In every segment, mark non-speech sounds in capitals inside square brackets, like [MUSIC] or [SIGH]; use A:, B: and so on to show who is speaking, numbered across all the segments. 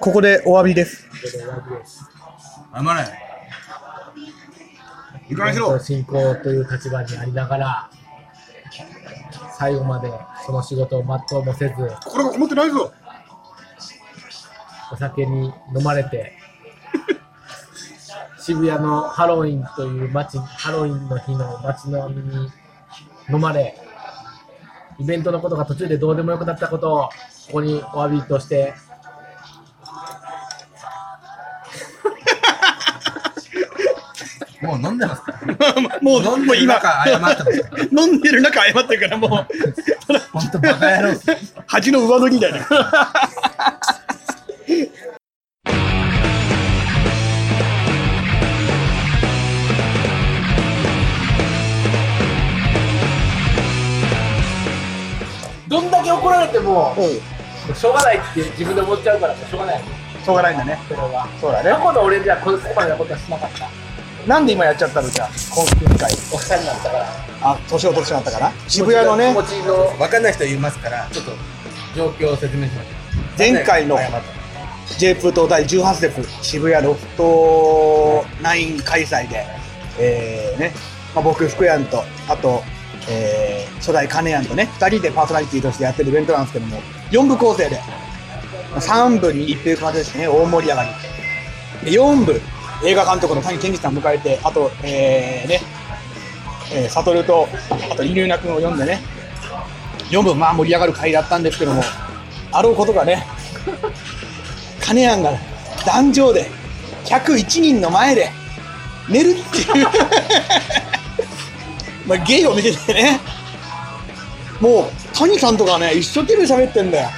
A: ここでお詫びです。
B: これで終わりです。
C: 謝れ。いい加減にしろ。
B: 進行という立場にありながら、最後までその仕事を全うもせず、
C: 心がこもってないぞ。
B: お酒に飲ま
A: [LAUGHS]
B: れて、渋谷のハロウィンという街、ハロウィンの日の街のみに飲まれ、イベントのことが途中でどうでもよくなったことを、ここにお詫びとして、
D: もう飲んでますか
A: [LAUGHS] もう、
D: 飲
A: もう
D: んでる
A: 今、
D: 中謝ってますか
A: [LAUGHS] 飲んでる中謝ってる [LAUGHS] から、もう、
D: ほんとバカ野郎っす。
A: 恥の上乗りみたいな。 [LAUGHS]
B: どんだけ怒られても、
A: うん、
B: しょうがないって自分で思っちゃうから、しょうがない、
A: しょうがないんだね。
B: それは。
A: そうだ
B: 過
A: ね。
B: 去の俺じゃここまでのことはしなかった。
A: なんで今やっちゃったのじゃあ、今回。
B: おっさんになったから。
A: あ、年を取ってしまったから。渋谷のね
B: 気、持ちの
D: わかんない人いますから、ちょっと状況を説明しましょう。
A: 前回の
D: 謝って。
A: J プート第18節渋谷ロフト9開催で、えーねまあ、僕福やんとあと、えー初代金やんとね2人でパーソナリティとしてやってるイベントなんですけども4部構成で3部に一平形ですね大盛り上がりで4部映画監督の谷健二さんを迎えてあと、えーねえー、悟とあと犬な君を読んでね4部まあ盛り上がる回だったんですけどもあろうことがね金やんが壇上で101人の前で寝るっていう [LAUGHS] まあゲイを見ててねもう谷さんとかね一生懸命喋ってんだよ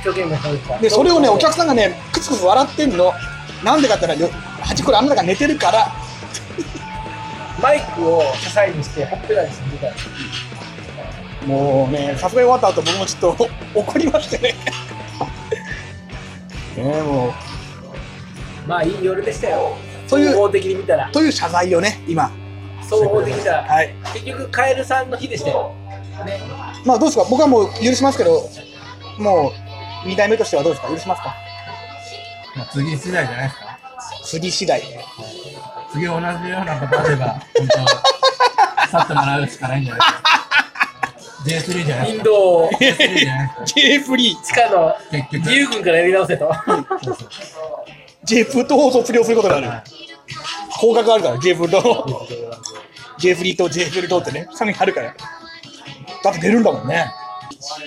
B: 一生懸命喋った
A: でそれをねお客さんがねクツクツ笑ってんのなんでかって言ったらよ端っこであなたが寝てるから
B: マイクを支えにしてほっぺたにしてみたい
A: もうね、さすがに終わった後、僕もちょっと怒りましてね。 [LAUGHS] ねもう
B: まあいい夜でしたよ
A: そういう
B: 総合的に見たら
A: という謝罪をね、今。
B: 総合的に見たら
A: はい。
B: 結局カエルさんの日でしたよね
A: まあどうですか、僕はもう許しますけど、もう2代目としてはどうですか、許しますか。
D: まあ、次次第じゃないですか。
A: 次次第。
D: 次同じようなことあれば、本当、去ってもらうしかないんじゃないですか。J3 じゃない
B: イン
D: ですか。
B: ドを
D: J3 じゃないですか。
A: J フリー、
B: 地下の
D: 結局
B: 義勇軍からやり
A: [LAUGHS]
B: 直せと
A: J プートを卒業することになる。方角あるから、J プート。J フリーと J フリーとってね、差にあるから。だって出るんだもんね。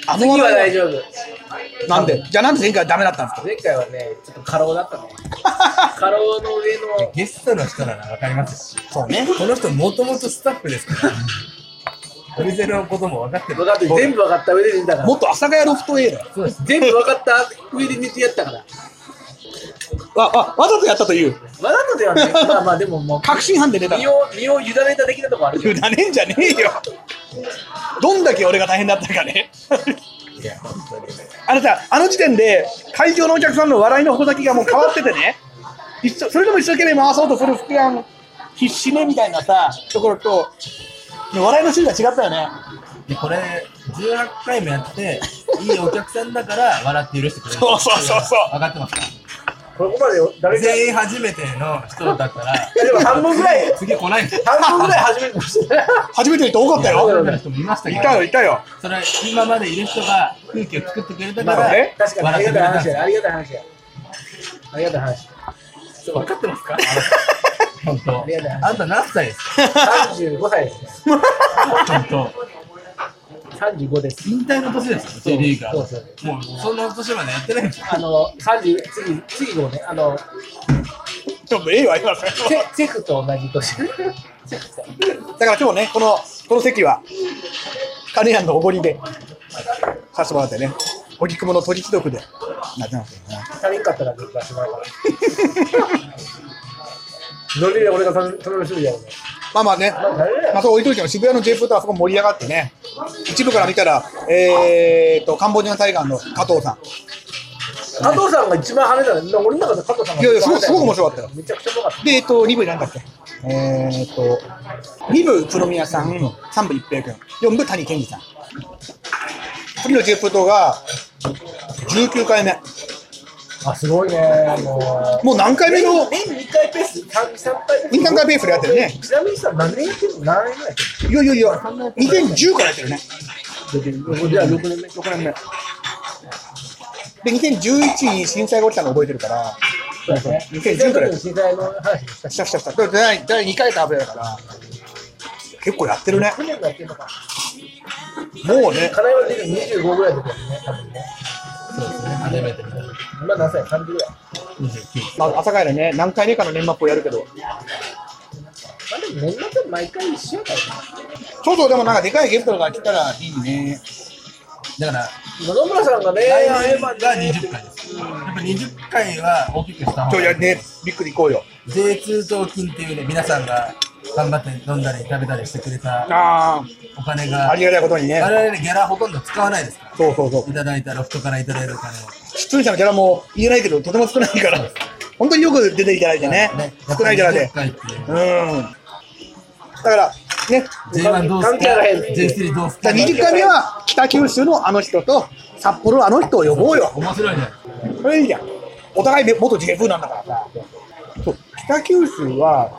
A: あの
B: 次
A: 話
B: は大
A: 題は
B: 丈夫
A: なんで、じゃあなんで前回はダメだったんですか
B: 前回はねちょっと過労だ
A: [LAUGHS]
B: ったね過労の上の
D: ゲストの人ならわかりますよ。
A: そうね。
D: この人、もともとスタッフですから。お店のことも分かってる
B: 分。かって全部分かった上で見たから
A: もっと阿佐ヶ谷ロフト A だよ。
D: そうです。
B: 全部分かった上で寝てやったから
A: わ、わ、わざとやったという。
B: わざとではないまあまあでももう
A: 確信犯で出た。
B: 身を身を委ねた的なとこあるけど
A: だねんじゃねえよ。どんだけ俺が大変だったかね。
D: いや、本当にね。
A: あのさ、あの時点で、会場のお客さんの笑いの矛先がもう変わっててね。一緒それでも一生懸命回そうとする福やん必死ねみたいなさ、ところと、ね笑いの種類が違ったよね。
D: で、これ、18回もやって、いいお客さんだから、笑って許してくれる。
A: そうそうそうそう
D: 分かってますか
B: ここまで誰か
D: 全員初めての人だったら、
B: でも半分ぐらい
D: [LAUGHS] 次来ないんですよ。
B: 半分ぐらい初めて
A: 初めての人多かったよ。
D: 初めての人もいましたけ
A: い
D: ど。
A: たよ、いたよ。
D: それは今までいる人が空気を作ってくれたか
A: まあ
D: ら、
A: ね
B: 確かにあり
D: 笑っ
B: が
D: てく
B: た
D: れ
B: い
D: たん
B: 話
D: です
B: や
D: よ
B: ありがたい話やありがたい話
D: 分かってますか本
B: ありがとうござい
D: 当。
B: ます
D: あんた何歳ですか
B: 35歳ですね
D: 本
B: 35で
D: 当。
B: す
D: 引退の年ですよ、
B: そう
D: J リーガー
B: そうそう
D: もうそんな年までやってないんですよ。
B: あの30次次号ねあの
A: ちょっと A はありません。
B: チェチェフと同じ年チェフさん
A: だから今日ね、この、この席は、金谷のおごりで、させてもらってね、荻窪の鳥貴族で、なってますけどね。
B: 足りんかったら出してもらうからノリで俺が頼む人やるね
A: まあまあね、まあ、そう置いといても渋谷の J プートはそこ盛り上がってね、一部から見たら、えー、とカンボジア対岸の加藤さん、
B: 加藤さんが一番跳ねたね俺の中で加藤さんが
A: いやいやすごいすごく面白かったよ
B: めちゃくちゃ面白かった
A: で、えっと2部になんだっけ、えー、と2部、プロミアさん、3部、一平君、4部、谷健二さん、次の J プートが19回目、
B: あ、すごいね。も
A: もう何回目の
B: 年2回ペース ?3、3回
A: インターンカーペースでやってるね。
B: ちなみにさ、何年やってるの何年ぐらいや
A: いやいや
B: っ
A: いや、2010からやってるね。
B: てるのじゃあ6年目。
A: 6年目。で、2011に震災が起きたの覚えてるから、
B: そうですね。
A: 2010から
B: の時代の話でした
A: したしたした。だって第第2回食べだから、結構やってるね。
B: 6年もやってるのか。
A: もうね、
B: 金山で25ぐらいの時だよね、多分ね。
D: そうですね、初めて見た。
B: 今何歳 ?30 ぐらい。
D: 29。
A: まあ、朝帰らね、何回目かの年末をやるけど、
B: まあでも年末毎回一緒やからね。
A: そうそう、でもなんかでかいゲストが来たらいいね。
D: だから、
B: 野々村さんがね、
D: 来年が20回です。やっぱ20回は大きくした
A: ち
D: 方
A: ょ、いや
D: がいい。
A: ね、びっくり行こうよ。
D: 税通送金っていうね、皆さんが頑張って飲んだり食べたりしてくれた
A: あ
D: お金
A: あ、
D: が、
A: ありがたいことにね。
D: 我々ギャラほとんど使わないですから。
A: そうそうそう。
D: いただいたロフトからいただいたお金を。
A: 出演者のキャラも言えないけど、とても少ない [LAUGHS] から、本当によく出ていただいてね、少ないキャラで
D: 20。回っていう
A: うん。だから、ね、
D: J1 どうす
B: 関係あらへん
D: J3 どうす
A: じゃあ20回目は北九州のあの人と札幌のあの人を呼ぼうよ。
D: 面白いね。
A: それいいじゃん。お互い元 J2 なんだからさ。そう、北九州は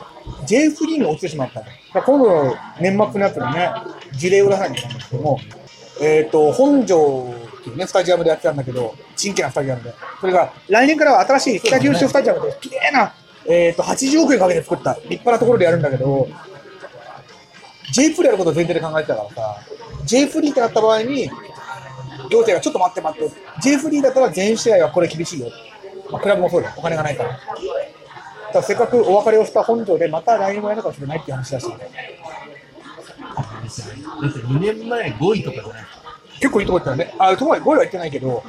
A: J3 に落ちてしまったの。だから今度の年末のやつのね、事例裏さんになんですけども、えっ、と、本庄っていうね、スタジアムでやってたんだけど、新規なスタジアムで。それが、来年からは新しい北九州スタジアムで、綺麗な、えっ、と、80億円かけて作った立派なところでやるんだけど、J3 やることを前提で考えてたからさ、J3 ってなった場合に、行政がちょっと待って待って、J3 だったら全試合はこれ厳しいよ、まあ、クラブもそうだよ、お金がないから。ただせっかくお別れをした本庄で、また来年もやるかもしれないっていう話だし、
D: だって2年前5位とかじゃない
A: 結構いいとこ行ったよね、あ、とこは5位は行ってないけど、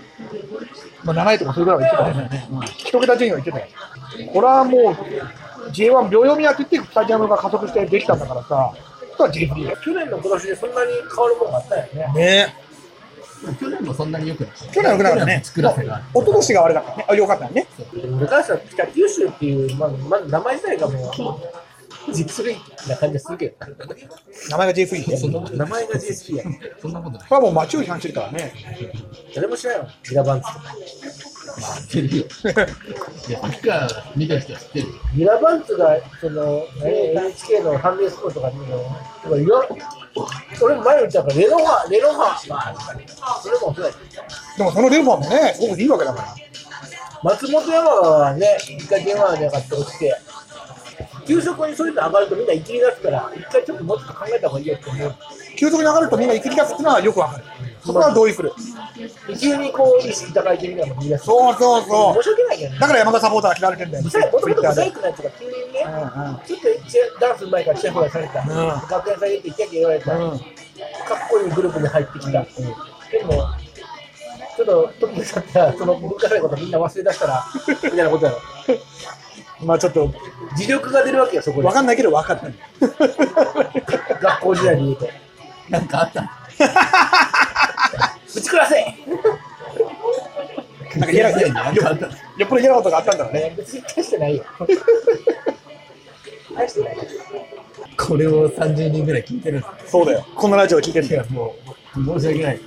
A: まあ、7位とかそれぐらいは行ってたよね。
D: ね。
A: 一桁順位は言ってたよ。これはもう J1 秒読みやってってスタジアムが加速してできたんだからさ、あとは J3 だよ。
B: 去年の今年でそんなに変わるものがあったよね。
A: ね
D: 去年もそんなに良くなかった。
A: 去年は良くなかったね。
D: 作らせがある。
A: おととしが悪かったね。あ、よかったね。
B: 昔は北九州っていう、まず、まず名前自体が [LAUGHS] もう、実類な感じがするけど、
A: 名前が J3 って。
D: そんなこと
B: 名前が JSP やね。
D: そんなことない。
A: これはもう街を批判してるからね。
B: 誰も知らんよ、ギラバンツとか。
D: まあ、知ってるよ。いや、サッカー見た人は知ってるよ。
B: ギラバンツが、その、ね NHK の関連スポーツとかにも、とかいろ俺も前言ったから、レノファ、レノファ、それもそうや。
A: でもそのレファーもね、すごくいいわけだから。
B: 松本山はね、一回電話じゃなかって落ちて、給食にそういうの上がるとみんな生きり出すから、一回ちょっともうちょっと考えた方がいいよって思う。
A: 急速に上がるとみんな生きり出すっていうのはよくわかる。そこは同意する。
B: 急にこう意識高い系みたいなのも言い出す。
A: そうそうそ
B: 申し訳ないけど
A: う。
B: ね。
A: だから山田サポーターが嫌われてんだよ。
B: もともとブサ
A: Twitter
B: イクなやつが急にね、
A: うんうん
B: ちょっとチェダンス前からチェフがされた、
A: ん
B: 学園下げてキャキャ言われた、
A: う
B: か
A: ん
B: っこいいグループに入ってきた、でも、ちょっとトップに立ったら、その文化祭のことみんな忘れ出した [LAUGHS] ら、みたいなことやろ。
A: まあちょっと、
B: 自力が出るわけよ、そこで
A: わ。かんないけどわかる。
B: 学校時代に言うと。
D: なんかあった。
B: ぶち暮らせ
A: なんか嫌な、
D: なんかあった。
A: よっぽど嫌なことがあったんだろうね。
B: ね別に大してないよ。 [LAUGHS] 大してないよ。
D: これを30人ぐらい聞いてるんで
A: そうだよ。このラジオ聞いてん
D: す
A: だ
D: よ。
A: よ。
D: いや、もう、申し訳ない。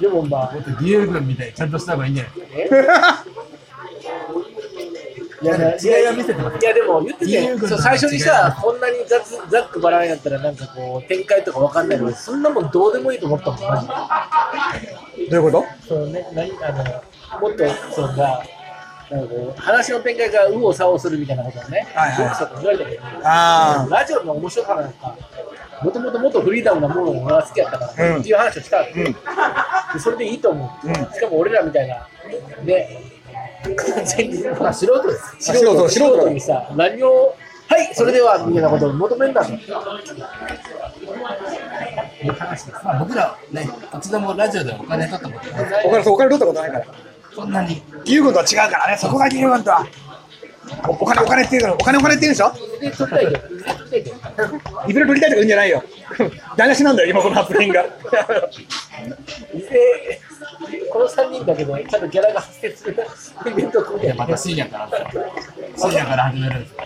B: でもまあ
D: も、っと義勇軍みたいにちゃんとした方がいいんじゃない
B: いや、
D: なんか違いは見せてます
B: いや、でも言って
D: 自由
B: て、そ
D: 軍の
B: う最初に
D: 違いは
B: さ、こんなにざつざっくばらんやったら、なんかこう、展開とかわかんないのに、そんなもんどうでもいいと思ったもん、マジで。
A: どういうこと
B: そのね、何あのもっとそのがなんかこう話の展開が右往左往するみたいなことをね、
A: はいはい
B: よくさんと言われたけど、
A: あー
B: ラジオの面白さなんか、もともともっとフリーダムなものが俺は好きやったから、
A: うん
B: っていう話をしたわけ、
A: うん
B: でそれでいいと思う、
A: うん
B: しかも俺らみたいな、ね、完全に、まあ、素人です。
A: 素人素人
B: 素人にさ、何を、はい、それではみたいなことを求めるんだと。いう話です。
D: まあ、僕らね、一度もラジオでお金取ったことない。
A: お金、そうお金取ったことないから。
D: そんなに。
A: 義勇軍とは違うからね。そこが義勇軍とは。おお金、お金っていうから、お金、お金って言うんでしょ
B: で、取ったいけど、取ったいけど。
A: いずれ取りたいとか言うんじゃないよ。 [LAUGHS] 台無しなんだよ、今この発言
D: [LAUGHS]
A: が。
B: で、この3人だけど、ちゃんとギャラが発生するイベントを組んで
D: い
B: や
D: や、
B: る
D: また深夜からですよ。深夜から始めるんですよ。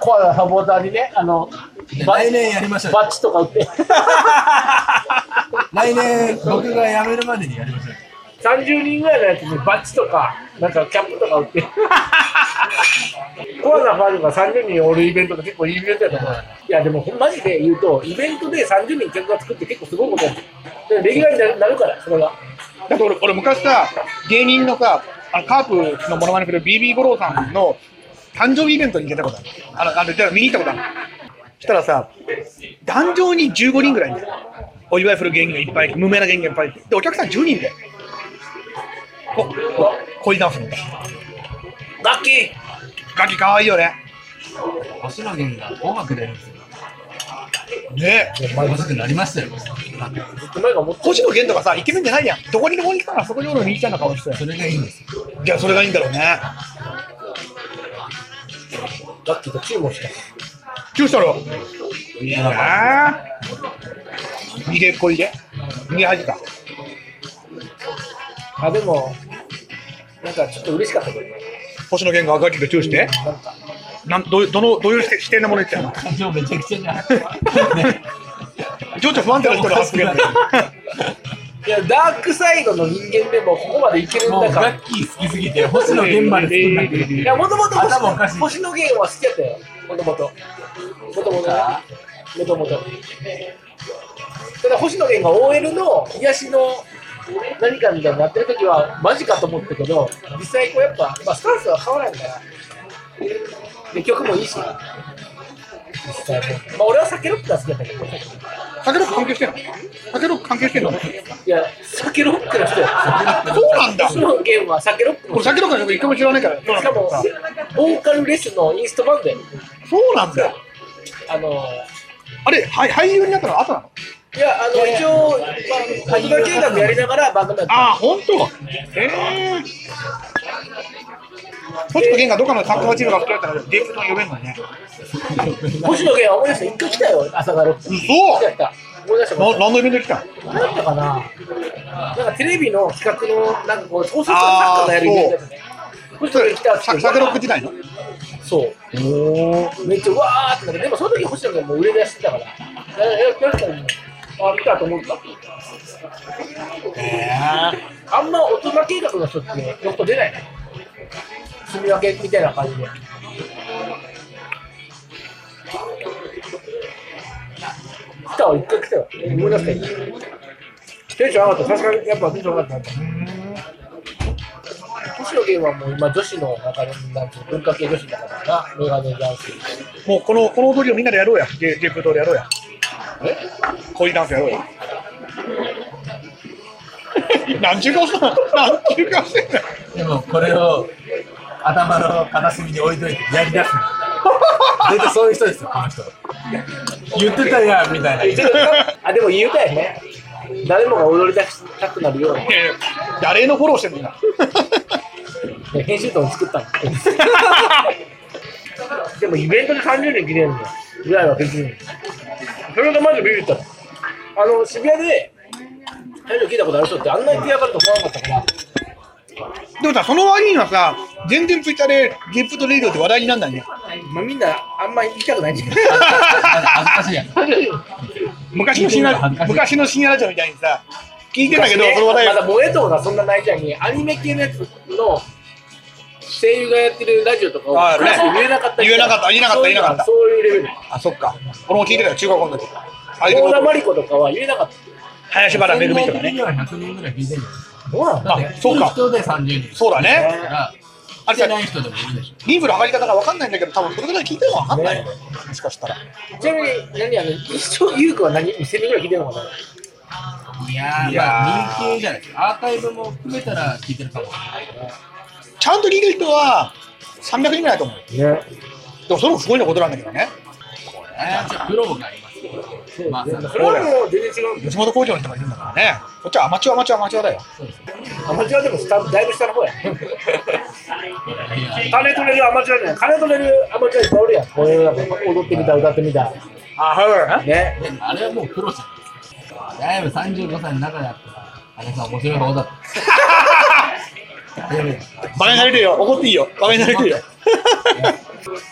B: コアなサポーターにね、あの、
D: で
B: バッ
D: 来年やりましょうよ
B: バッチとか売って、
D: 来年、僕が辞めるまでにやりましょうよ。
B: 30人ぐらいのやつにバッジとか、なんかキャップとか売ってる。コアなファンが30人おるイベントが結構いいイベントやと思う。いや、でもマジで言うと、イベントで30人客が作って結構すごいことやでレギュラーになるから、それが。
A: だって俺俺昔さ芸人のさあのカープのモノマネする BB 五郎さんの誕生日イベントに出たことあるあのあのじゃあ見に行ったことあるそしたらさ壇上に15人ぐらいいるお祝いする芸人がいっぱい無名な芸人がいっぱいいてでお客さん10人でここ恋ダンスの
B: ガッキー
A: ガキかわいいよね
D: 星野源が音楽出るんですよ。
A: ねえ
D: 面白くなりましたよ。
B: ずっと前が思って
A: 星野源とかさイケメンじゃないやんどこにでも行ったらそこにおる兄ちゃんの顔して
D: それがいいんですよ。
A: じゃあそれがいいんだろうね
B: ガッキーと注文した。
A: チューしたろいいなぁ逃げっこいで逃げ恥か
B: あ、でも、なんかちょっと嬉しかったけどね。
A: 星野源が赤木とチューして
B: なんか、
A: なんどういうどのどういう視点のもの言ってたの
D: 感情めちゃくちゃじゃん。
A: 情緒不安定な人の発言だよ
B: いや、ダークサイドの人間でもここまでいけるん
D: もう
B: だから
D: ガ。ッキー好きすぎて、星野源まで好きになって
B: い
D: る。
B: や、もともと
D: 頭おかしい
B: 星野源は好きやったよ。もともと。もともとね。もともと。ただ星野源が OL の癒しの何かみたいになってる時はマジかと思ったけど、実際こうやっぱ、まあ、スタンスは変わらんから。で、曲もいいし。実際もまあ、俺は酒ロックが好きだったけど。
A: 酒ロック関係してんの酒ロック関係してんの
B: いや、酒ロックの人や。 [LAUGHS]
A: そうなんだ
B: 星野源は酒ロックの
A: 俺
B: 人。
A: 酒ロックの曲一回も知らないから
B: しかも、ボーカルレスのインストバンドや。
A: そうなんだ
B: あの
A: あれはい俳優になったのは後なの
B: いや、あの、一応、まあ、僕が計画やりながらバンドもやって
A: ああ本当ええ星野源がどっかのサッカーチームが作られたらデーブと呼べんのね
B: 星野源は思い出した、一回来たよ、朝が6時。来
A: 嘘
B: た来た。思い出した。
A: な何のイベント来たの
B: 何だったかななんかテレビの企画の、なんかこう、創作作家がやるイベントやったね。星野源来たっつっ
A: さ
B: て
A: 酒ロック時代の
B: そう。めっちゃうわーってなって、でもその時星野源もう売れ出してたから。え、え、来たのに。あ、来たと思った。あんま大人計画の人って、よく出ないね。住み分けみたいな感じで。来たわ、一回来たわ。思い出した。テンション上がった。さすがにやっぱテンション上がったな。星野源はもう今女子の中で、なんていうの文化系女子の中だから、メガネダンス。
A: もうこのこの踊りをみんなでやろうや、ゲゲープ踊りやろうや、
B: え
A: 恋ダンスやろうや。 [LAUGHS] 何ちゅう顔してんの何ちゅう顔してんの
D: でもこれを頭の片隅に置いといてやりだすの。大体そういう人ですよ、この人。言ってたやんみたいな。
B: あ、でも言うたよね。誰もが踊りたくなるような、
A: いやいや誰のフォローしてるんだ
B: ね、編集長を作ったの。 [LAUGHS] でもイベントで30年記念のぐらいは別に。それがマジビビったの。あの、渋谷で、ラジオ聞いたことある人ってあんなに手上がると思わなかったから、
A: でもさ、その割にはさ、全然ツイッターでゲープとレイディオって話題になんないね
B: まあみんなあんまり言いたくないんじ
A: [LAUGHS]
B: ゃない
D: 恥ずかしいやん。
A: 昔の深
D: 聞いてるの恥ずか
A: 夜
D: しい
A: 昔の深夜ラジオみたいにさ、聞いてたけど、その話題
B: まだ萌えとかそんなないじゃんに、アニメ系のやつの声優がやってるラジオとかを
A: ああ
B: 詳しく言えなかった
A: ね言えなかった言えなかった
B: そういうのは
A: 言えなかった
B: そういうレベル。
A: あ、そっか俺も聞いてたよ、中学校の時アイド
B: 大田
A: ル
B: 真理子とかは言えなかった。
A: 林原めぐみとかね
D: 100人ぐらい聞いてるん
B: どうなんだ
D: だって、そうか。人で30人。
A: そうだね
D: から、
A: あ
D: 来
A: れさ
D: て、ない人でもいるでしょ。
A: リーブの上がり方が分かんないんだけど、多分それぐらい聞いてるのは分かんないよねもしかしたら
B: ちなみに、何あの、一生優子は何、1000人ぐらい聞いてるのかない
D: やー、まあ、人気じゃないですか。アーカイブも含めたら聞いてるかもしれない。
A: ちゃんと聞いてる人は300人ぐらいだと思う。
B: ね。
A: でもそれもすごいなことなんだけどね。
D: これはちょっと苦労がありますけど。
B: そう
D: まあ
B: ですねそれはもう全然違うんだよ
A: 吉本工場の人がいるんだからね。こっちはアマチュアアマチュアアマチュアだよ。
B: アマチュアでもスタだいぶ下の方や。
D: いや
B: 金取れるアマチュアじゃない。金取れるアマチュアいっぱいおるやん。こういうのなんか踊ってみた、歌ってみた。
A: あ、はい。
B: ね。
D: でもあれはもう苦労じゃないですか。だいぶ35歳の中だったら、あれさ、面白い方だった。でも
A: バカにされてるよ。怒っていいよ。バカにされてる [LAUGHS] よ。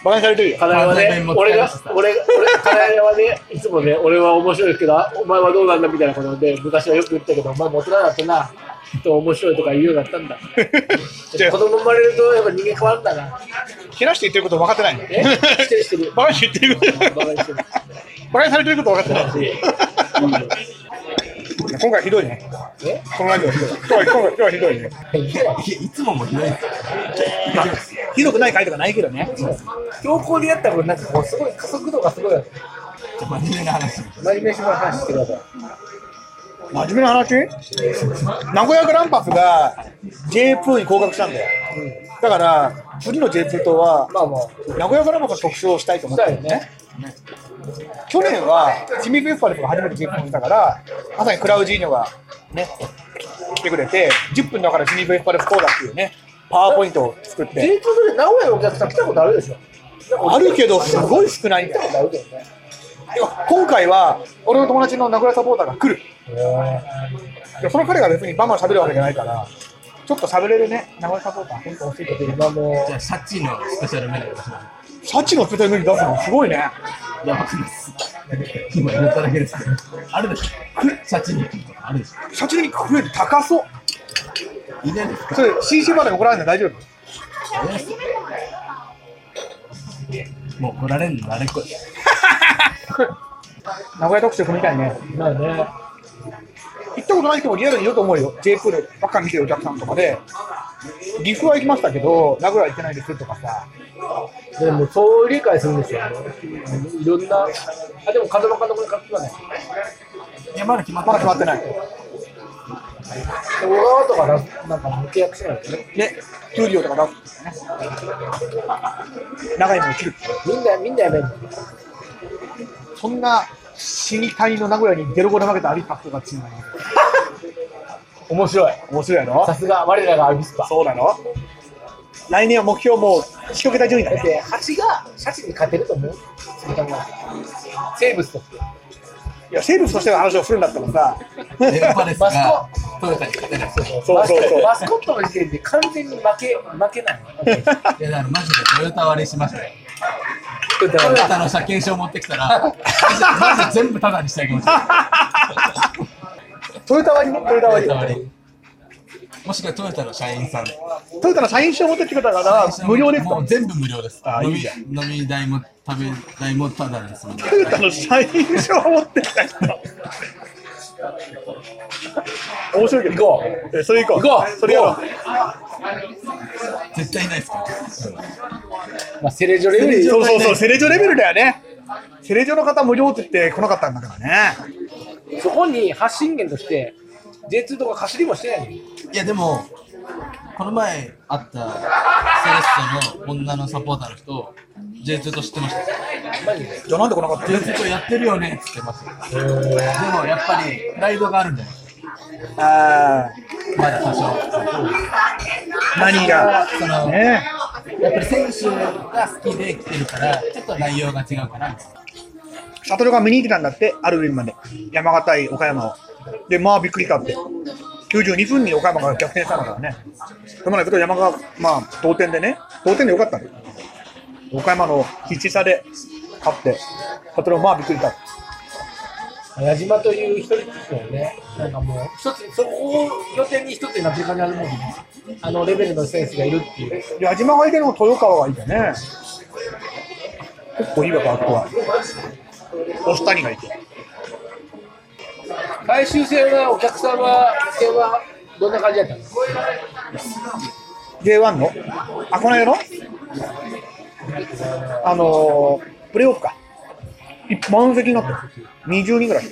A: バカにされてるよ。
B: 金はね、俺が、俺が、俺、金はね、いつもね、俺は面白いけど、お前はどうなんだみたいなことで、昔はよく言ったけど、お前も大人だったな。と面白いとか言うようになったんだ。
A: [LAUGHS] じゃあ
B: 子供生まれるとやっぱ人間変わるんだな。
A: けなして言ってること分かってない [LAUGHS]
B: えしてるしてる
A: バカに言ってる
B: バカにしてる
A: バカにされてること分かってない今回ひどいね
B: え
A: このラジオひどい今回今回今日はひどいね
D: いつももひどいですよ
A: ひどくない回とかないけどね
B: 強行でやった分、なんかこう、すごい加速度がすごいある。
D: ちょっと真面目な話
B: 真面目にその話してください。
A: 真面目な話名古屋グランパスが J2 に降格したんだよだから次の J2 とは
B: まあまあ、
A: 名古屋グランパスの特集をしたいと思
B: し
A: って
B: た
A: る
B: よね。
A: 去年は清水エスパルスが初めて J2 にしたからまさにクラウジーニョがね来てくれて10分だから清水エスパルスこうだっていうねパワーポイントを作っ
B: J2
A: て
B: で名古屋のお客さん来たことあるでしょ。
A: あるけどすごい少ないん
B: 来
A: だ
B: た
A: よ
B: ことあるけどね。
A: いや今回は俺の友達の名古屋サポーターが来るいやその彼が別にバンバン喋るわけじゃないからちょっと喋れるね名古屋サポーター本当欲しいけど
B: 今も
D: じゃあシャチのスペシャルメニューを出しましょ
A: シャチのスペシャルメニュー出すのすごいね
D: うやばくないです今言っただけですけどあるでしょシャチにとかあるでしょ
A: シャチの肉食える高そう
D: いないですか
A: それ CC まで怒られない大丈夫 [LAUGHS]
D: もう来られんの慣れっこです
A: 名古屋特集組みたいね
B: う、まあね、
A: 行ったことない人もリアルにいると思うよ J プールばっか見てるお客さんとかで岐阜は行きましたけど名古屋は行ってないですとかさ
B: でもそう理解するんですよ、いろんな、あでも風間監督に勝つない、
D: いやまだ決ま
A: まだ決まってない
B: 小川とかななんかもう契約しないですね、
A: ね給料とか出すんだよね長いもの切る
B: みんな、みんなやめるの、
A: そんな死に体の名古屋にゼロゴで負けたアビスパスとかチームなの
B: 面白い、
A: 面白いやろ
B: さすが、我らがアビスパ。
A: そうなの来年は目標もう一桁順位だ
B: だっ
A: ね
B: て、蜂がシャチに勝てると思う、杉田がセーブスとして、
A: いや生物としての話をするんだったらさ
D: 電波です
B: マ
D: が
B: ス
D: トヨタに勝てないですよ
A: そうそうそう
B: マスコットの時点で完全に負け負けない。
D: いやだからマジでトヨタ割りしましたよ
B: トヨ
D: トヨタの車検証持ってきたらマジマジ全部タダにしてあげました
A: トヨタ割りねトヨタ
D: ト
A: 割り
D: ヨタ割りもしくはトヨタの社員さん
A: トヨタの社員証持ってきてくれたから無料です
D: も
A: か
D: う全部無料です
A: あー
D: 飲
A: いい
D: み
A: じゃ
D: 飲み代も食べ代もタダですので
A: トヨタの社員証を持ってきた人。面白いけど。行こう。え、それ行こう。
B: 行こう
A: それやろう。
D: 絶対いないですから
B: まあ、セレジョレより
A: そうそうそう、セレジョレベルだよね。セレジョの方無料って言って来なかったんだからね。
B: そこに発信源として J2 とかかすりもしてないのに
D: いやでもこの前会ったセレッソの女のサポーターの人 J2 と知ってましたよ
B: マジで
A: じゃあなんで来なかった
D: J2 とやってるよねって言ってますよでもやっぱりプライドがあるんじゃないです
A: あ
D: かまだ多少
A: あ、何が。
D: その
A: ね
D: やっぱり選手が好きで来てるからちょっと内容が違うかなみたいな
A: シャトルが見に行ってたんだって、ある便まで。山形対岡山を。で、まあびっくりかって。92分に岡山が逆転したんだからね。その前だけど山が、まあ同点でね、同点でよかったんだよ。岡山の必死さで勝って、シャトルもまあびっくりかって。
B: 矢島という一人っ子よねなんかもう一つそこを拠点に一つになってる感じあるもんねあのレベルの選手がいるっていう
A: で矢島がいてるのも豊川がいいんだね。結構いいわ、バックは。押谷がいて。
B: 最終戦はお客様戦はどんな感じだったんですか
A: J1 のあ、この間のあのー、プレーオフか。い満席になったよ。20人ぐらい。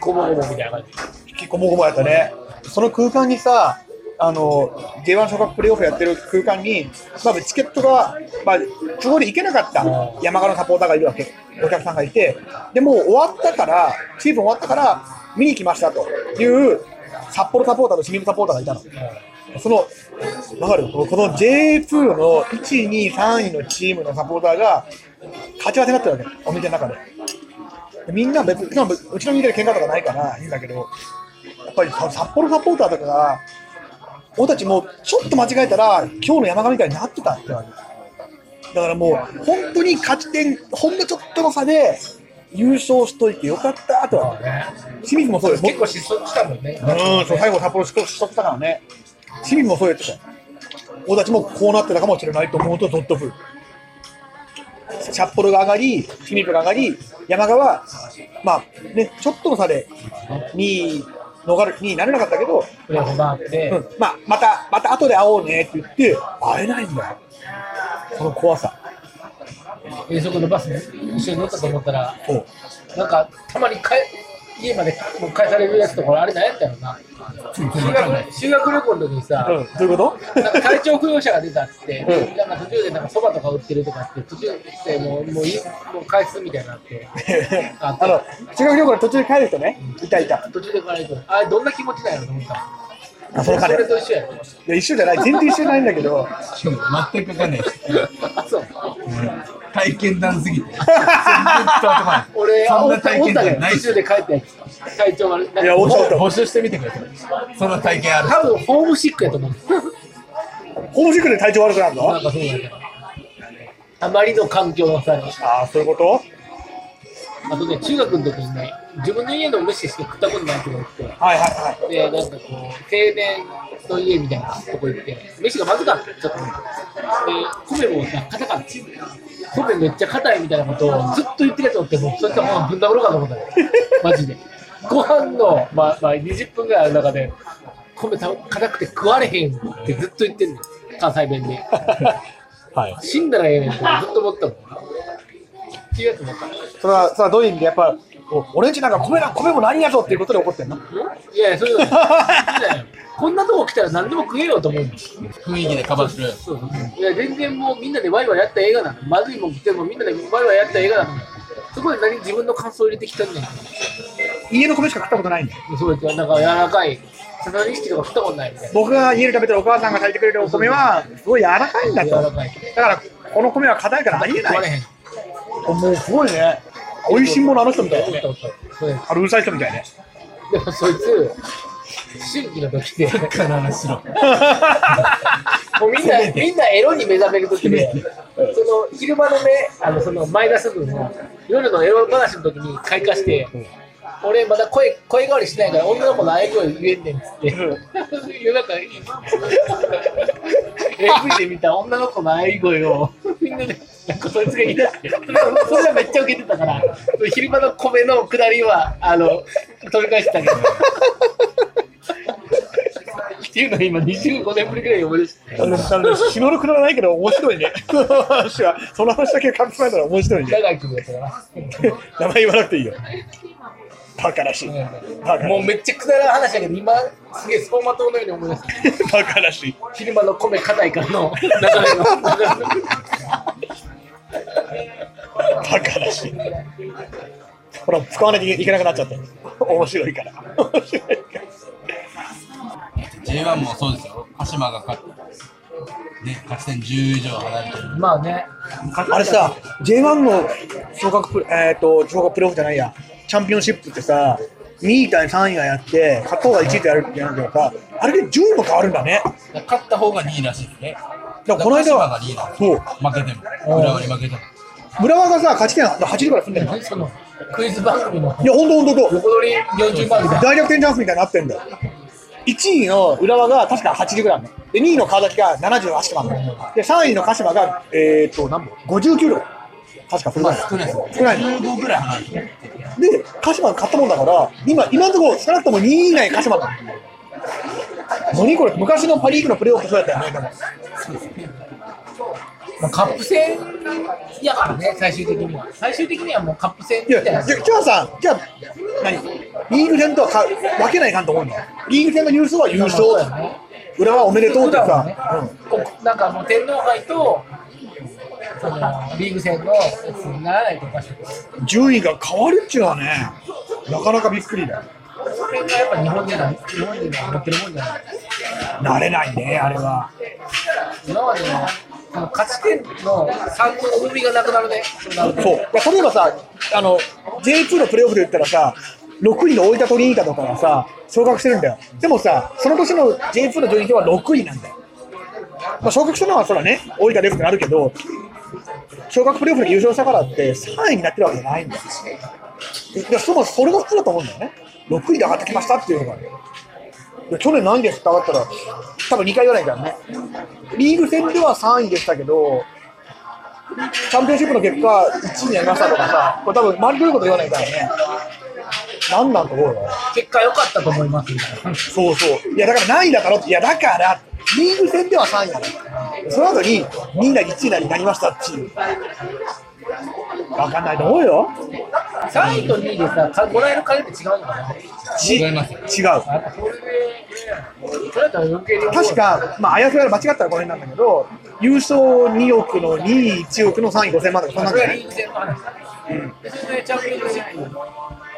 B: こもごもみたいな感じ
A: 結構もごもやったね。その空間にさ、あの、J1 昇格プレーオフやってる空間に、まあ、チケットが、まあ、都合で行けなかった山鹿のサポーターがいるわけ。お客さんがいて、でもう終わったから、シーズン終わったから、見に来ましたという、札幌サポーターと清水サポーターがいたの。その、わかるこのこの J2 の1位、2位、3位のチームのサポーターが、勝ち合わせになってるわけ。お店の中で。でみんな別に、今うちの店で喧嘩とかないからいいんだけど、やっぱりさ札幌サポーターとかが、俺たちもうちょっと間違えたら、今日の山上みたいになってたってわけだからもう、本当に勝ち点、ほんのちょっとの差で、
E: 優勝しといてよかったとは、
A: 清水もそうです。
B: 結構失速したもんね。
A: うん、そう最後、札幌失速したからね、市民もそうやってた、俺たちもこうなってたかもしれないと思うと、ゾッとくる。札幌が上がり、清水が上がり、山賀は、まあね、ちょっとの差で2位逃る2位になれなかったけど、
B: プレーオフがあって
A: う、んまあ、また、また後で会おうねって言って、会えないんだよ、その怖さ。
B: 遠足のバスに一緒に乗ったと思ったら、
A: そう
B: なんかたまに帰家までもう返されるやつとか、あれ何やったのな。修学修学旅行の時にさ、
A: うん、どういう [LAUGHS] こ
B: なんか体調不良者が出たっつって、
A: うん
B: なんか途中でなんかそばとか売ってるとかって、途中でもうもういいもう返すみたいになって、
A: と
B: あ
A: あの、修学旅行の途中で帰る人ね、いたいた。
B: 途中で帰ると、あれどんな気持ちなんやろと思った
A: あその
B: そ
A: 彼
B: れと一緒やろ。
A: いや一緒じゃない、全然一緒じゃないんだけど。
D: しかも全くわかんないです。
B: あそう
D: 体験談すぎ [LAUGHS] て。全然伝わってこない。
B: 俺、
D: そん
B: お
D: な体験談ない
B: 途
D: し
B: 中。で帰ったやつ、体調悪い。
A: いやおったおった
D: 募集してみてください。その体験ある。
B: 多分ホームシックやと思う。
A: この時期で体調悪くなるの
B: なんかそうだけど。あまりの環境の差に。
A: ああ、そういうこと
B: あとね、中学の時にね、自分の家の飯しか食ったことないと思って、
A: はいはいはい。
B: で、なんかこう、定年の家みたいなとこ行って、飯がまずかった、ちょっと。で、米もさ、硬かった。米めっちゃ硬いみたいなことをずっと言ってるやつおって、もうそいつはもうぶん殴ろうかと思ったよ。マジで。ご飯の、まあ、まあ、20分ぐらいある中で、米た硬くて食われへんってずっと言ってんのよ。関西弁で。
D: はい。
B: 死んだらええねんってずっと思ったもん。っていうやつもった。
A: それは、それはどういう意味で、やっぱ、お俺んちなんか米な米もないんやぞっていうことで怒ってんの
B: いやいや、そういうのねこんなとこ来たら何でも食えよと思うんです。
D: 雰囲気でカバーする。
B: そういや、全然もうみんなでワイワイやった映画なの。まずいもん食ってもみんなでワイワイやった映画なの。そこで何自分の感想を入れてきたんねん。
A: 家の米しか食ったことないんだよ。
B: そうやってなんか柔らかい、ササニシキとか食ったことないみたい
A: 僕が家で食べてるお母さんが炊いてくれるお米は、すごい柔らかいん
B: な。
A: だ
B: 柔
A: と。
B: ら
A: だか
B: かい。
A: ら、この米は硬いからありえ
B: 食わ
A: な
B: れ
A: い。
B: へん。
A: もうすごいね。美味しいものあの人みたいだね。
B: そうそうそう
A: あのうるさい人みたいね。
B: でもそいつ、思春期の時で、
D: からの話しろ。
B: もうみんな、みんなエロに目覚める時で、その昼間のね、あのそのマイナス分を、夜のエロ話の時に開花して、俺まだ声、声変わりしないから、女の子のあえ声言えんねんっつって、夜中、AV で見た女の子のあえ声を、みんなで、なんかそいつが言い出して、それがそれがめっちゃウケてたから、昼間の米の下りは、あの、取り返してたけど。っていうのを今25年ぶりぐらいに思い出して。
A: あの、あの日頃くだらないけど面白い [LAUGHS] ね。その話は、その話だけ勘違いたら面白いね。
B: 長い首やったか
A: 名前言わなくていいよ。バカらしい。バカ
B: ら。もうめっちゃくだらん話だけど、今、すげえ走馬灯のように思い出す。
A: バカらしい。
B: 昼間の米硬いからの流れの。
A: バカらしい。ほら、使わなきゃいけなくなっちゃって。面白いから。面白いから
D: J1 もそうですよ。鹿島が勝って。ね、勝ち点10以上離れてる。
B: [LAUGHS] まあね、
A: あれさ、J1 の昇格プレ、えー、と昇格プレオフじゃないや、チャンピオンシップってさ、2位対3位がやって、勝った方が1位とやるってやるけどさ、あれで順位も変わるんだね。
D: 勝った方が2位らしいですね。
A: でもこの間
D: 鹿島が
A: は、
D: 2位だ。
A: そう、
D: 負けても。浦和に負けても。
A: 村和がさ、勝ち点8位からすんだよ。
B: そのクイズ番組の
A: いや、ほんとほんとほんと、
B: 横取り40番みたいな。
A: 大逆転チャンスみたいになってんだよ。1位の浦和が確か80ぐらいあるの。で、2位の川崎が78とかあるの。で、3位の鹿島が、えっ、ー、と、何本 ?59 度。確か、それぐ
D: ま
A: ら
D: あ
A: い
D: 少ないですね。
A: 少ない
D: 15ぐらい離れてる。
A: で、鹿島が勝ったもんだから、今、今のところ少なくとも2位以内鹿島だ。何これ、昔のパ・リーグのプレーオフそうやったよね、でも
B: まあカップ戦やからね、最終的には。最終的にはもうカップ戦み
A: いや、
B: たいな。
A: じゃじゃあさ、じゃあ、何リーグ戦とはか分けないかんと思うんだよ。リーグ戦が優勝は優勝
B: そうだよね。
A: 裏はおめでとうって
B: 普段はね
A: さ、
B: こなんかもう天皇杯と、そのリーグ戦のやつにならないとおかしい。
A: うん、順位が変わるっちゅうのはね、なかなかびっくりだよ。
B: その辺がやっぱ日本人が、日本人が持ってるもんじゃない。
A: 慣れないね、あれは。
B: 今までのその勝ち点の3の重みがなくなるね、そうなると
A: そう。だから例えばさ、あの、J2 のプレーオフで言ったらさ、6位の大分トリニータとかがさ、昇格してるんだよ。でもさ、その年の J2 の順位表は6位なんだよ。まあ、昇格したのはそらね、大分レフってなるけど、昇格プレーオフで優勝したからって3位になってるわけじゃないんだよ。いや、そもそもそれが普通だと思うんだよね。6位で上がってきましたっていうのが。いや去年何ですって上がったら、多分2回ぐらいだよね。リーグ戦では3位でしたけど、チャンピオンシップの結果、1位になりましたとかさ、これ多分、周りどういうこと言わないからね。なんなんと思うよ。
B: 結果良かったと思いますみたいな。
A: そうそう。いや、だから何位だからって、いや、だから、リーグ戦では3位だから。その後に、2位なり1位なりになりましたっていう。わかんないと思うよ。
B: 3位と2位でさ、かもらえる金って違うのかな
A: ち違う。
B: それだったら余計に思う
A: 確か、まあ、あやふやで間違ったらこの辺なんだけど、優勝2億の2位1億の3位5000万とか、そんなん
B: そ
A: じゃ
B: れ
A: な
B: はリ
A: い
B: ーグ戦の話だね。でそれでチャンピオンシップ。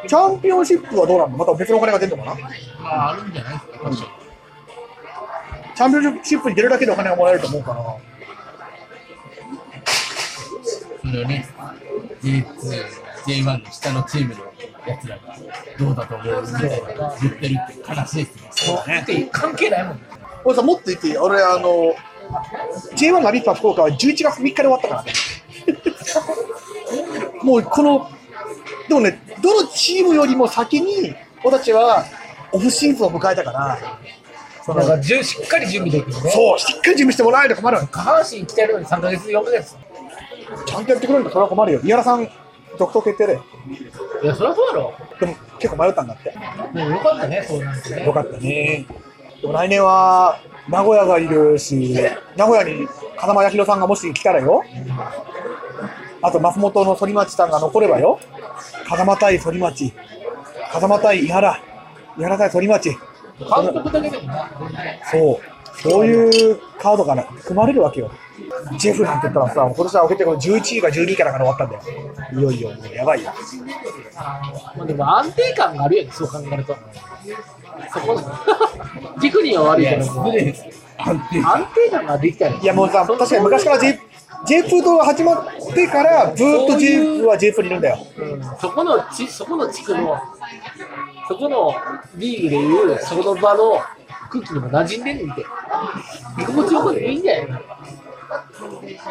A: チャンピオンシップはどうなのまた別のお金が出るのかな
D: まあ、あるんじゃないですか、
A: チャンピオンシップに出るだけでお金がもらえると思うから。
D: それをね、J2、J1 の下のチームのやつらがどうだと思うみたいな言ってるって悲しいですね。
B: だって関係ないもんね。
A: 俺さ、もっと言っていい俺、あの、J1 ラビッパ福岡は11月3日で終わったからね。 [LAUGHS] もうこの、でもね、どのチームよりも先に、俺たちはオフシーズンを迎えたから、
B: だからじゅしっかり準備できるね。
A: そう、しっかり準備してもらえると困るわよ
B: 下半身鍛えるのに3ヶ月4ヶ月。
A: ちゃんとやってくれるとそれは困るよ。井原さん、独当決定で。
B: いや、そりゃそうだろ
A: でも結構迷ったんだって。
B: う。でもよかったね、そうなんてね
A: よ。かったね。でも来年は名古屋がいるし、名古屋に風間八宏さんがもし来たらよ、あと松本の反町さんが残ればよ、風間対反町、風間対伊原、伊原対反町、
B: 監督だけでもな。
A: そう、そういうカードがな組まれるわけよ。ジェフなんて言ったらさ、今年は受けてこの11位か12位かなんかで終わったんだよ。いよいよ、もうやばいよ。
B: まあ、でも安定感があるよね、そう考えると。そこ、 [LAUGHS] テクニは悪いけども、安定感ができたよね。
A: いやもうさ、確かに昔から J、J2 と始まってから、ずーっと J2 は J2 にいるんだよ。
B: うんそこの地、そこの地区の、そこのリーグでいう、そこの場の空気にも馴染んでるんで、居心地よくていいんじゃないの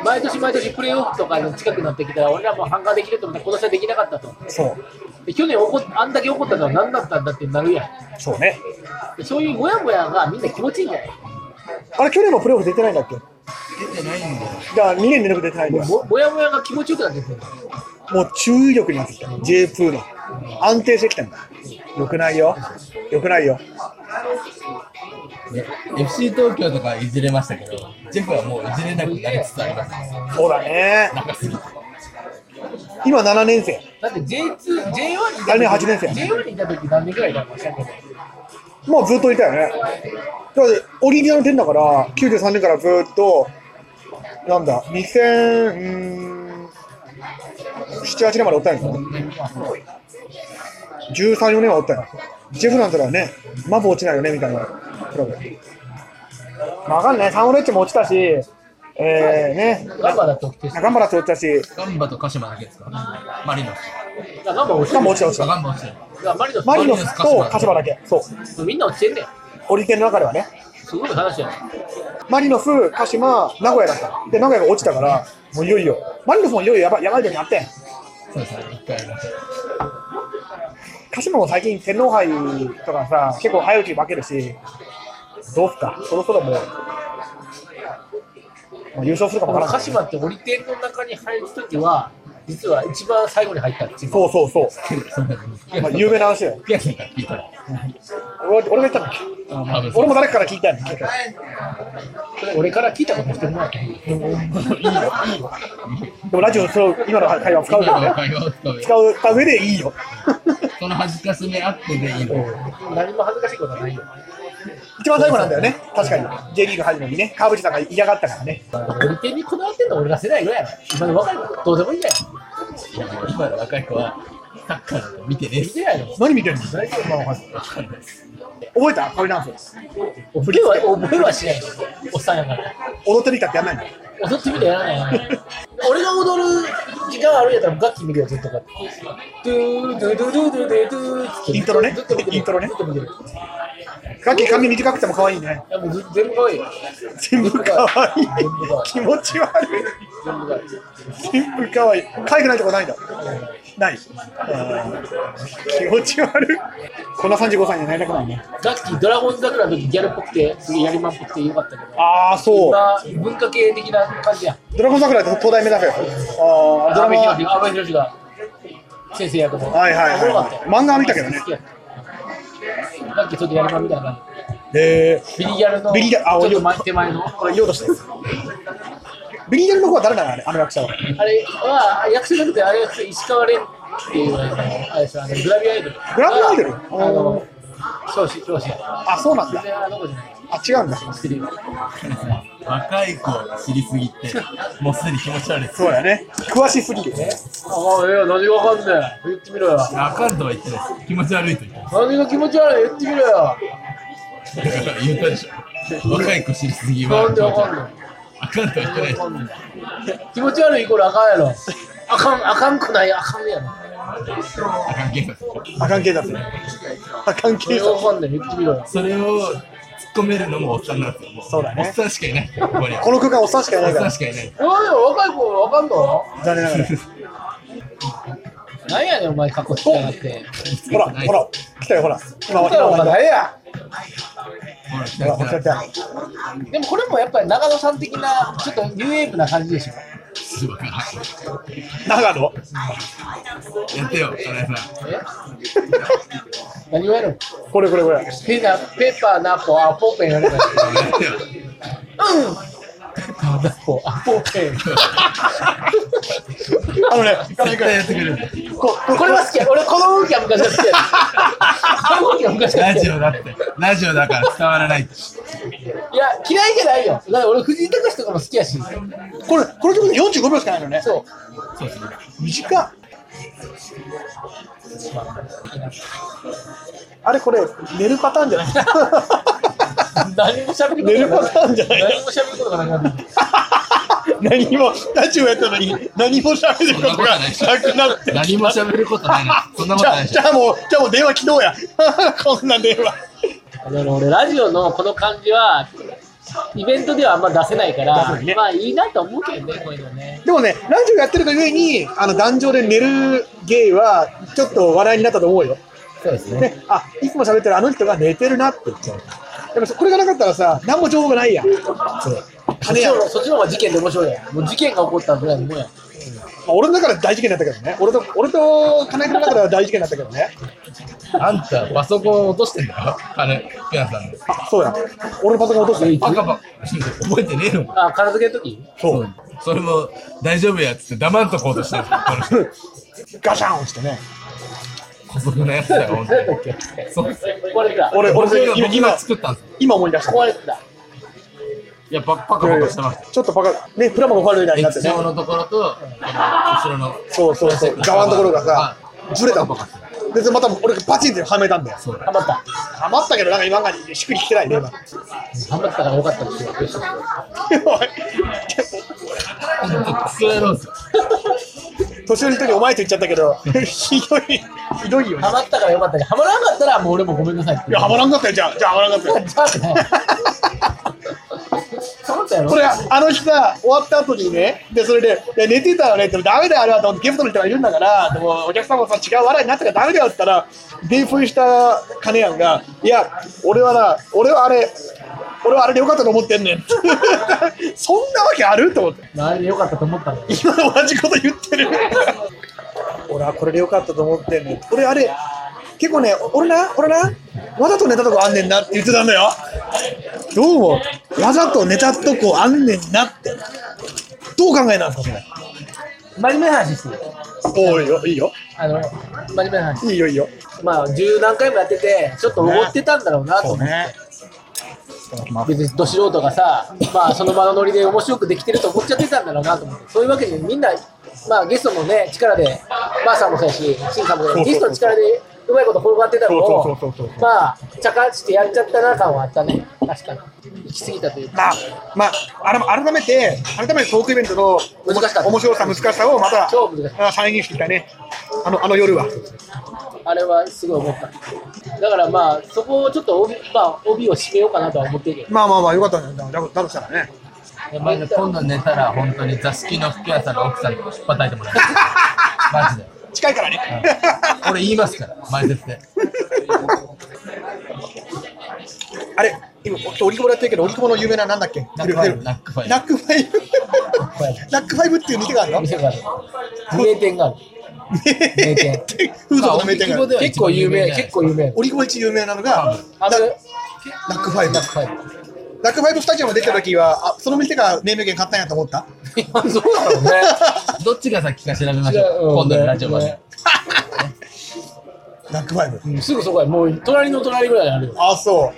B: 毎年毎年プレーオフとかの近くなってきたら、俺らも反感できると思ったら、今年はできなかったと。
A: そう、
B: で去年おこ、あんだけ怒ったのは何だったんだってなるやん
A: そうね。
B: で。そういうモヤモヤがみんな気持ちいいんじゃない
A: あれ、去年もプレーオフ出てないんだっけ
C: 出てないんだよ。
A: だから2年連続出てないんだよ。
B: ももやもやが気持ちよくなってくる
A: もう注意力になってきた。J2 の。安定してきたんだ。よくないよ。よくないよ。
D: ね FC 東京とかいじれましたけど、ジェフはもういじれなくなりつつありますね。
A: そうだね。
D: 長すぎて。
A: 今7年生。
B: だって J2、J1
A: 来
B: に
A: 年
B: いた
A: 八
B: 時
A: 年生
B: J1 にいた時何年ぐらいだったんですか
A: もうずっといたよね。だって、オリンピアの点だから、93年からずっと、なんだ、2000、うーん、7、8年までおったんやろ ?13、4年はおったんや。ジェフなんてのはね、マブ落ちないよね、みたいな。クラブわかんない。サンフレッチェも落ちたし、えー、ね、
B: ガンバだって起きてる
A: 中村って落ちたし、
D: ガンバと鹿島だけですかマリノス。
B: ガンバ落ちて
A: ガンバ
B: る
D: [LAUGHS]
A: 落ちた落ち
D: ガ
A: た。
D: ンバ落ちてる。
B: ガンバマリノス
A: マリノスと鹿島だけ。そう。
B: みんな落ちてんねん
A: オリンピアの中ではね。
B: すごい話やね
A: マリノス、鹿島、名古屋だった。で、名古屋が落ちたから、もういよいよ。マリノスもいよいよやばいやばい時にあってん。
D: そうですね、一回やりました。
A: 鹿島も最近天皇杯とかさ、結構早打ち負けるし、どうすか、そろそろもう、もう優勝するかもわから
B: 鹿
A: ん
B: 島って折り点の中に入る時は実は一番最後に入ったっていう
A: そうそうそう。
D: そんなに。
A: まあ、有名な話だよ。
D: 悔しいから聞いたら。
A: 俺俺が言ったんだっ
D: 多分
A: け俺も誰かから聞いたんだっけ
B: 俺から聞いたことしてもらって
A: でもラジオのその今の会話を使うけど
D: 今の
A: ね。
D: 会話を使うよ
A: 使うた上でいいよ。
D: その恥ずかしめあってでいいの。
B: 何も恥ずかしいことはないよ
A: 一番最後なんだよね。確かに。J リーグ入るのにね。川淵さんが嫌がったからね。
B: 折り点にこだわってんの俺ら世代ぐらいやろ今の若い子どうでもいいんだよ
D: いや今の若い子はサッカーなんか見てねえ
B: 見てないの
A: 何見てるんですか
D: わかんないです。
A: 覚えたこれなんですよ。
B: 覚えは覚えはしないのおっさんやから
A: 踊ってみたってやんないの
B: 踊ってみたらやらないよね俺が踊る時間あるんやったら楽器見るよずっとかドゥードゥドゥドゥドゥドゥドゥーっつって
A: イントロね
B: ずっと見てる
A: イントロね
B: ずっと見てる
A: さっき髪短くても可愛いね。
B: やもうず全部可愛いよ。
A: 全部可愛い。気持ち悪い。
B: 全部可愛い。
A: 全部可愛い。可愛くないとこないんだ。ない。あー気持ち悪い。こんな35歳にはなりたくないね。
B: ガッキー、ドラゴンズ桜の時ギャルっぽくて、すげえやりまんっぽくてよかったけど。
A: ああ、そう。
B: 今、文化系的な感じやん。
A: ドラゴン桜って東大目指せよ。ああ、ドラ
B: 阿部
A: マ。
B: 寛が、阿部寛が先生役の。
A: はいはいはい
B: おもろかったよ
A: 漫画は見たけどね
B: 好きやったガッキー、ちょっとやりまんみたいな感
A: え
B: じ。ビリギャルの、
A: ビリギャルあ
B: ちょっ
A: 俺
B: と前手前の。
A: ー、これ言おうとしてる。ビリギャルの子は誰なのあれ、あの役者は。
B: あれは、役者じゃなくて、あれは石川蓮っていう、あれですよあのグラビアアイドル。
A: グラビアアイドル
B: あの、教師、教師や。
A: あ、そうなん
B: 全
A: だ。
B: 然、あの子じゃない。
A: あ、違うんだ。
B: 失礼
D: 若い子を知りすぎて、もうすでに気持ち悪いです。
A: そうだね。詳しすぎるね。
B: あ、いや、何がわかんない。言ってみろよ。
D: あかんとは言ってないです。気持ち悪いと言ってま
B: 何が気持ち悪い言ってみろよ。
D: す。だから言ったでしょ。若い子知りすぎは
B: な
D: 気
B: んで
D: 持ち
B: わかん
D: 悪い。
B: ない。
D: あかんとは言ってないです。
B: 気持ち悪いイコールあかんやろ。あかん、あかんくない、あかんやろ。
D: あかんけど。
A: あかん警察。あかん
B: それ
A: 警
B: が
A: 察。
B: わかんない、言ってみろよ。
D: それを突っ込めるのもおっさんなんですよ。も
A: そうだね
D: おっさんしかいない。ここには
A: この空間おっさんしかい
D: お
A: ない
D: っ
A: か
D: さん
A: ら。
D: しかいない。
B: おいおい若い子わかんの
A: 残念な [LAUGHS] がら。
B: なんやねん、お前、格好つけやがって。
A: ほら、ほら、来たよ、ほら。今、
B: ほら
A: 今、
B: お
A: 今、
B: 前
A: 今、
B: 誰や
D: ほら、来
A: ほら、
D: た
A: 来た
D: 来
A: 来
D: た。
A: た。
B: でもこれもやっぱり長野さん的な、ちょっとニューウェーブな感じでしょ。
D: すぐわからん
A: 長野
D: やってよ、金井さん。
B: え何をやるの
A: これ、これ、これ。
B: ペナペッパーナポアポペンやるから。
D: やってよ。
B: うん。ペッパーナポアポペン。
A: あのね、
D: 絶対やってくれるんだ。
A: こ
B: これは好きや。俺この動きは昔は好きや。この動きは昔は
D: ラ
B: 好き
D: ジ
B: や。
D: オだって、ラジオだから伝わらないって。
B: いや嫌いじゃないよ。だから俺藤井隆とかも好きやし。
A: これ、この曲で45秒しかないのね。
B: そう。
D: そうですね。
A: 短っ。あれ、これ、寝るパターンじゃない
B: 何も喋ること
A: 寝るパターンじゃない
B: 何も喋ることがなくなる。
A: 何も、ラジオやったのに、何も喋ることがなくなって。
D: 何も喋ることないな。そんなこ
A: じ
D: と
A: ゃ
D: な
A: あ、
D: いで
A: じ
D: しょ。
A: ゃあもう、じゃあもう電話切ろうや。 [LAUGHS] こんな電話。
B: あの俺ラジオのこの感じはイベントではあんま出せないから、まあいいなと思うけどねこういうのね。
A: でもね、ラジオやってるがゆえに、あの、壇上で寝るゲイは、ちょっと話題になったと思うよ。
B: そうですね。
A: ね、あ、いつも喋ってるあの人が寝てるなって言っちゃう。でもそこれがなかったらさ、何も情報がないやん。
B: そっ
A: 金
B: ち
A: や
B: の
A: ん。ま
B: そっちの方が事件で面白いやん。もう事件が起こったぐらいのもんやん。
A: あ俺の中で大事件だったけどね。俺と、俺と金井君の中では大事件だったけどね。
D: あんた、パソコン落としてんだよ。あれ、ペナさんの。
A: あ、そうや。俺のパソコン落として
D: バカバカ。覚えてねえのか。
B: あ、片付けの時
A: そう。
D: それも、大丈夫やっつって黙んとこうとしてるこの人。
A: ガシャン押してね。
D: 古速なやつだよ、本当に。そうです。
B: 壊れてた。
A: 俺、
D: 僕
A: 俺
D: が、
A: 今、
D: 僕が
A: 今、
D: 作ったんですよ。
A: 今思い出した。
B: 壊れてた。
D: いや、ババカバカしてました。
A: ちょっとバカ、ね、プラモのファルみたいになって
D: 液
A: ね。
D: 晶のところと、あの後ろの。
A: そうそうそう。側のところがさ、ずれたの。別にまた俺がパチンってはめたんだよ。
D: そうだ
B: ハマった。
A: はまったけど、なんか今がしっくりきてないね、
D: [LAUGHS]
A: 今。
B: ハマったからよかったですよ。
D: ほんとクソ野郎ですよ。
A: 年寄りの時お前と言っちゃったけ
D: [LAUGHS]
A: ど、ひどい、ひどいよね
B: ハ。マったからよかったし、ハマらなかったらもう俺もごめんなさいって。
A: いや、はまらんかったよ、じゃあ、じゃあ、はまらんかったよ。
B: じゃあね。そうだよ
A: そ。れ、あの日さ、終わった後にね、で、それで、いや寝てたよねって、ダメだよ、あれはと思って、ゲストの人がいるんだから、でも、お客様もさ、違う笑いになったからダメだよって言ったら、泥酔した金やんが、いや、俺はな、俺はあれ、俺はあれでよかったと思ってんね [LAUGHS] ん。そんなわけあると思って。
B: あれでよかったと思ったの。
A: 今同じこと言ってる俺はこれでよかったと思ってんねん俺あれ結構ね俺な俺なわざと寝たとこあんねんなって言ってたんだよどうもわざと寝たとこあんねんなってどう考えなんですか
B: 真面目な話してる。
A: それおいよいいよ
B: あの、真面目な話。
A: いいよいいよ
B: まあ、十何回もやってて、ちょっとおごってたんだろうなと思って。
A: いただきます
B: 別にど素人がさ、まあ、その場のノリで面白くできてると思っちゃってたんだろうなと思って、そういうわけでみんな、まあ、ゲストの、ね、力で、ばあさんもそうやし、しんさんもそうやしゲストの力でうまいこと転がってたの
A: そう
B: を
A: そうそうそうそう
B: まあ茶化してやっちゃったな感はあったね確かに行き過ぎたというか
A: まあ、まあ、あら改めて、改めてトークイベントの
B: 難しかった
A: 面白さ、難しさをまた
B: 超難し
A: あ再現してきたね、あのあの夜は。
B: あれはすごい思っただからまあそこをちょっと帯,、まあ、帯を締めようかなとは思ってるけど
A: まあまあまあ、よかったんだよだだとしたらね。
D: マジで今度寝たら本当に座敷の服屋さんの奥さんにも引っ叩いてもらえるマジで
A: 近いからね。 [LAUGHS]
D: 俺言いますから前説で
A: あれ、今、おりこぼやってるけど、おりこぼの有名ななんだっけ
D: ナックファイブナックファイブ
A: ナックファイブ。ナックファイブ [LAUGHS] っていう店があるの
B: 店がある名店がある
A: [LAUGHS]
B: 名店
A: 風俗の名店がある。
B: 結構有名結構有名
A: おりこぼ一有名なのが、
B: あの
A: ナックファイブ。ナ
B: ナッ
A: ックフ
B: クファイブ
A: ァイブスタジアム出た時は、あその店が命名権買ったんやと思った
B: いやそうだろうね
D: どっちが先か調べましょう今度のラジオまで
A: ナックファイブ。
B: うんすぐそこやもう隣の隣ぐらいにあるよ
A: ああ、そう。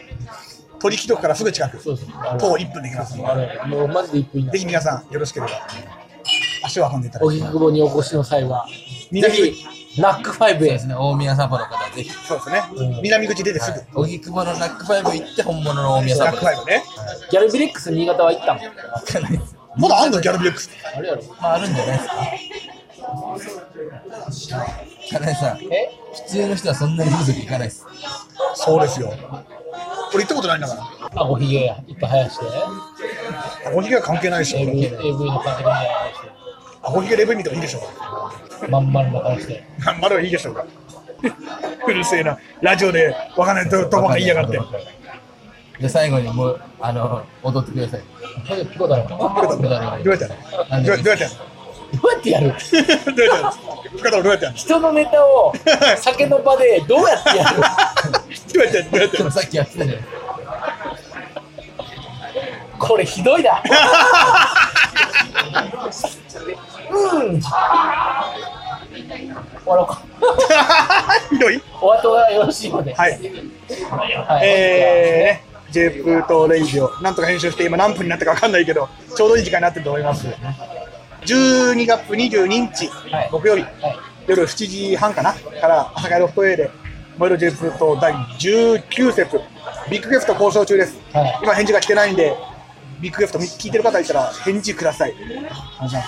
A: 鳥貴族からすぐ近く。
B: そうそうあ
A: 徒
B: の
A: 歩1分で行きますので
B: あれもうマジで一分以
A: ぜ
B: 内
A: ひ皆さん、よろしければ、足を運んでいただ
B: お
A: き
B: ぎくぼにお越しの際は
A: 南
B: ぜひナックファイブ
D: そう
B: へ
D: ですね大宮サンファの方ぜひ
A: そうですね
B: うん。
A: 南口出てすぐ。
D: 荻窪のナックファイブ行って本物の大宮
A: ブ
D: サ
A: ラ
D: ン
A: ッ
D: フ
A: クファ
D: ァ
A: イブね。
B: ギャルビレックス新潟は行ったもん
D: 行かないです
A: まだあんのギャルブレックス。
B: あれやろ
D: まああるんじゃないですか金井さん
B: え
D: 普通の人はそんなに風俗行かないです
A: そうですよ。俺行ったことないんだか
B: あおひげやいっぱい生やして
A: ら。アゴヒゲは関係ないでし
B: AV,
A: ょ。
B: AV のカテゴリーやら
A: アゴヒゲレベル見てもいいでしょう。
B: してまん丸の顔して
A: 頑張るはいいでしょうか。 [LAUGHS] うるせえな。ラジオでわかんないととばが言いやがって。
D: で最後にもうあの踊ってください
B: これピコだろ
A: どうやってやるのどうやってやる
B: どうやってやる
A: のどうやってやる深田はどうやってやる
B: 人のネタを酒の場でどうやってやる
A: どうやってやるどうやって
D: で
A: や
D: も
A: る
D: さっきやってたじゃないですか
B: これひどいなうん終わろうか
A: ひどい
B: お後がよろしいのでは
A: はい。えー、ジェプとレイジオ、なんとか編集して、今何分になったか分かんないけど、ちょうどいい時間になってると思います。12月22日、
B: はい
A: 木曜日、
B: はい
A: 夜7時半かな、から、朝会ロフト A で、燃えるジェプと第19節、ビッグゲスト交渉中です。
B: はい
A: 今、返事が来てないんで、ビッグゲスト聞いてる方いたら、返事ください。お願いします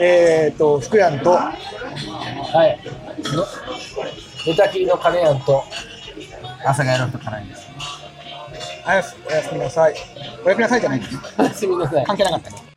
A: えーと、福山と、
B: はいのネタ切りの金やんと [LAUGHS]
D: 朝がやろうとかないんです
A: あやすおやすみなさい。おやすみなさいじゃないんですね
B: おやすみなさい
A: 関係なかったね。